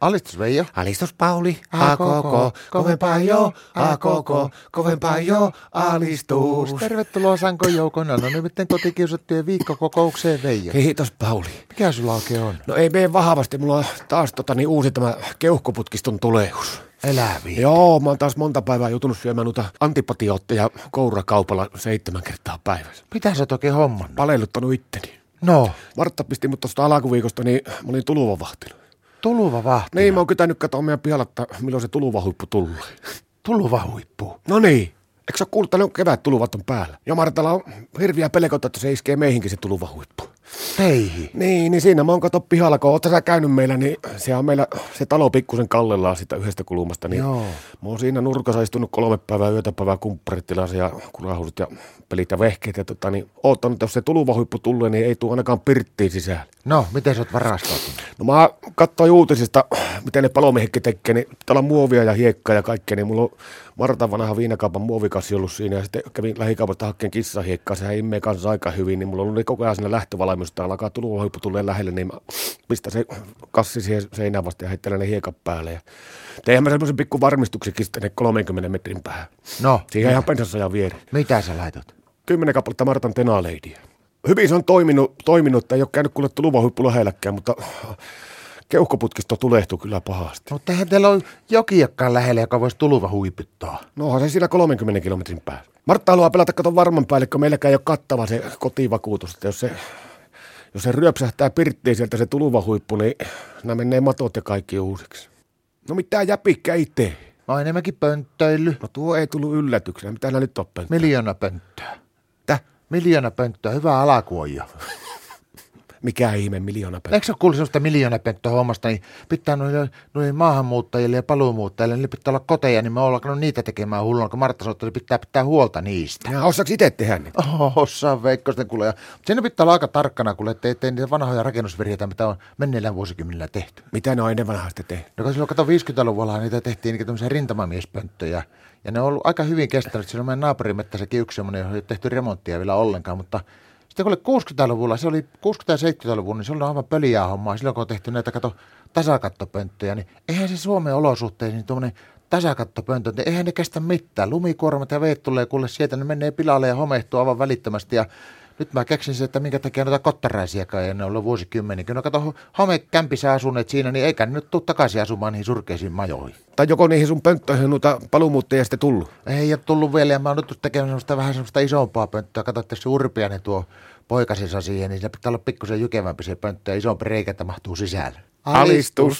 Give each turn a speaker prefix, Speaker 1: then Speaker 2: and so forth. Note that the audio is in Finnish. Speaker 1: Alistus Veijo.
Speaker 2: Alistus Pauli, a koko, kovempaa jo, a koko, kovempaa jo, alistus.
Speaker 1: Tervetuloa Sanko Joukon anonymitten kotikiusattujen viikkokokoukseen Veijo.
Speaker 2: Kiitos Pauli.
Speaker 1: Mikä sulla oikein on?
Speaker 2: No ei mene vahvasti, mulla on taas tota, niin uusi tämä keuhkoputkiston tulehus.
Speaker 1: Elää Veijo.
Speaker 2: Joo, mä oon taas monta päivää joutunut syömään noita antipatiootteja kourakaupalla seitsemän kertaa päivässä.
Speaker 1: Mitä sä toki homman?
Speaker 2: Palelluttanut itteni.
Speaker 1: No,
Speaker 2: Martta pisti mut tuosta alkuviikosta, niin mä olin tuluvavahtina.
Speaker 1: tuluva vahti.
Speaker 2: Niin, mä oon kytänyt katsoa meidän pihalla, että milloin se tuluvahuippu tulee.
Speaker 1: Tuluva huippu.
Speaker 2: No niin. Eikö sä oo kuullut, että ne on kevät tuluvat on päällä? Ja Martalla on hirviä pelkoita, että se iskee meihinkin se tuluva huippu.
Speaker 1: Teihi.
Speaker 2: Niin, niin siinä mä oon kato pihalla, kun oot sä käynyt meillä, niin se on meillä se talo pikkusen kallellaan sitä yhdestä kulmasta. Niin
Speaker 1: Joo.
Speaker 2: Mä oon siinä nurkassa istunut kolme päivää, yötä päivää kumpparittilassa ja kurahusut ja pelit ja vehkeet. Ja tota, niin oottanut, että jos se tuluvahuippu tulee, niin ei tuu ainakaan pirttiin sisään.
Speaker 1: No, miten sä oot varastautunut?
Speaker 2: No mä katsoin uutisista, miten ne palomiehetkin tekee, niin täällä on muovia ja hiekkaa ja kaikkea, niin mulla on Martan vanha viinakaupan muovikassi ollut siinä ja sitten kävin lähikaupasta hakkeen kissahiekkaa, sehän imee kanssa aika hyvin, niin mulla on ollut ne koko ajan siinä lähtövalmiusta, alkaa tuluhuippu tulee lähelle, niin mä pistän se kassi siihen seinään vasta ja heittelen ne hiekat päälle. Ja teinhän mä semmoisen pikku varmistuksenkin sitten ne 30 metrin päähän.
Speaker 1: No,
Speaker 2: Siihen ihan pensasajan viereen
Speaker 1: mitä sä laitot?
Speaker 2: kymmenen kappaletta Martan tenaleidiä. Hyvin se on toiminut, toiminut että ei ole käynyt kuule luvahuippu lähelläkään, mutta keuhkoputkisto tulehtuu kyllä pahasti.
Speaker 1: Mutta No, eihän teillä ole jokiakkaan lähellä, joka voisi tuluva huiputtaa.
Speaker 2: No onhan se siinä 30 kilometrin päässä. Martta haluaa pelata katon varman päälle, kun meilläkään ei ole kattava se kotivakuutus. Että jos se, jos se ryöpsähtää pirttiin sieltä se tuluvahuippu, niin nämä menee matot ja kaikki uusiksi. No mitä jäpikkä ei tee?
Speaker 1: Mä oon enemmänkin pönttöillyt.
Speaker 2: No tuo ei tullut yllätyksenä. Mitä nää nyt on pönttö?
Speaker 1: Miljoona pönttöä. Täh? Miljoona pönttöä, hyvä alakuoja.
Speaker 2: Mikä ihme miljoona pönttö?
Speaker 1: Eikö se ole kuullut sellaista miljoona pönttö hommasta, niin pitää noille, noille maahanmuuttajille ja paluumuuttajille, niille pitää olla koteja, niin me ollaan alkanut niitä tekemään hulluna, kun Martta soitteli, pitää pitää huolta niistä.
Speaker 2: Nää Osaaks itse tehdä niin? niitä?
Speaker 1: Oho, osaa Veikko sitten kuule. Sen pitää olla aika tarkkana, kuule, ettei tee niitä vanhoja rakennusvirheitä, mitä on menneillä vuosikymmenillä tehty.
Speaker 2: Mitä ne on ennen vanhaa sitten tehnyt?
Speaker 1: No kun silloin kato 50-luvulla niitä tehtiin niin tämmöisiä rintamamiespönttöjä. Ja ne on ollut aika hyvin kestänyt. Silloin meidän naapurimettässäkin yksi semmoinen, johon ei ole tehty remonttia vielä ollenkaan. Mutta sitten kun oli 60-luvulla, se oli 60- ja 70-luvulla, niin se oli aivan pöliää hommaa. Silloin kun on tehty näitä kato tasakattopönttöjä, niin eihän se Suomen olosuhteisiin niin tuommoinen tasakattopöntö, niin eihän ne kestä mitään. Lumikuormat ja veet tulee kuule sieltä, ne menee pilalle ja homehtuu aivan välittömästi. Ja nyt mä keksin sen, että minkä takia noita kottaraisiakaan ei ennen ollut vuosikymmeniä. No kato, homekämpissä asuneet siinä, niin eikä ne nyt tuu takaisin asumaan niihin surkeisiin majoihin.
Speaker 2: Tai joko niihin sun pönttöihin noita paluumuuttajia sitten tullut?
Speaker 1: Ei ole tullut vielä, ja mä oon nyt tekemään semmoista, vähän semmoista isompaa pönttöä. Kato, että se urpiainen tuo niin poikasensa siihen, niin siinä pitää olla pikkusen jykevämpi se pönttö ja isompi reikä, että mahtuu sisälle.
Speaker 2: Alistus.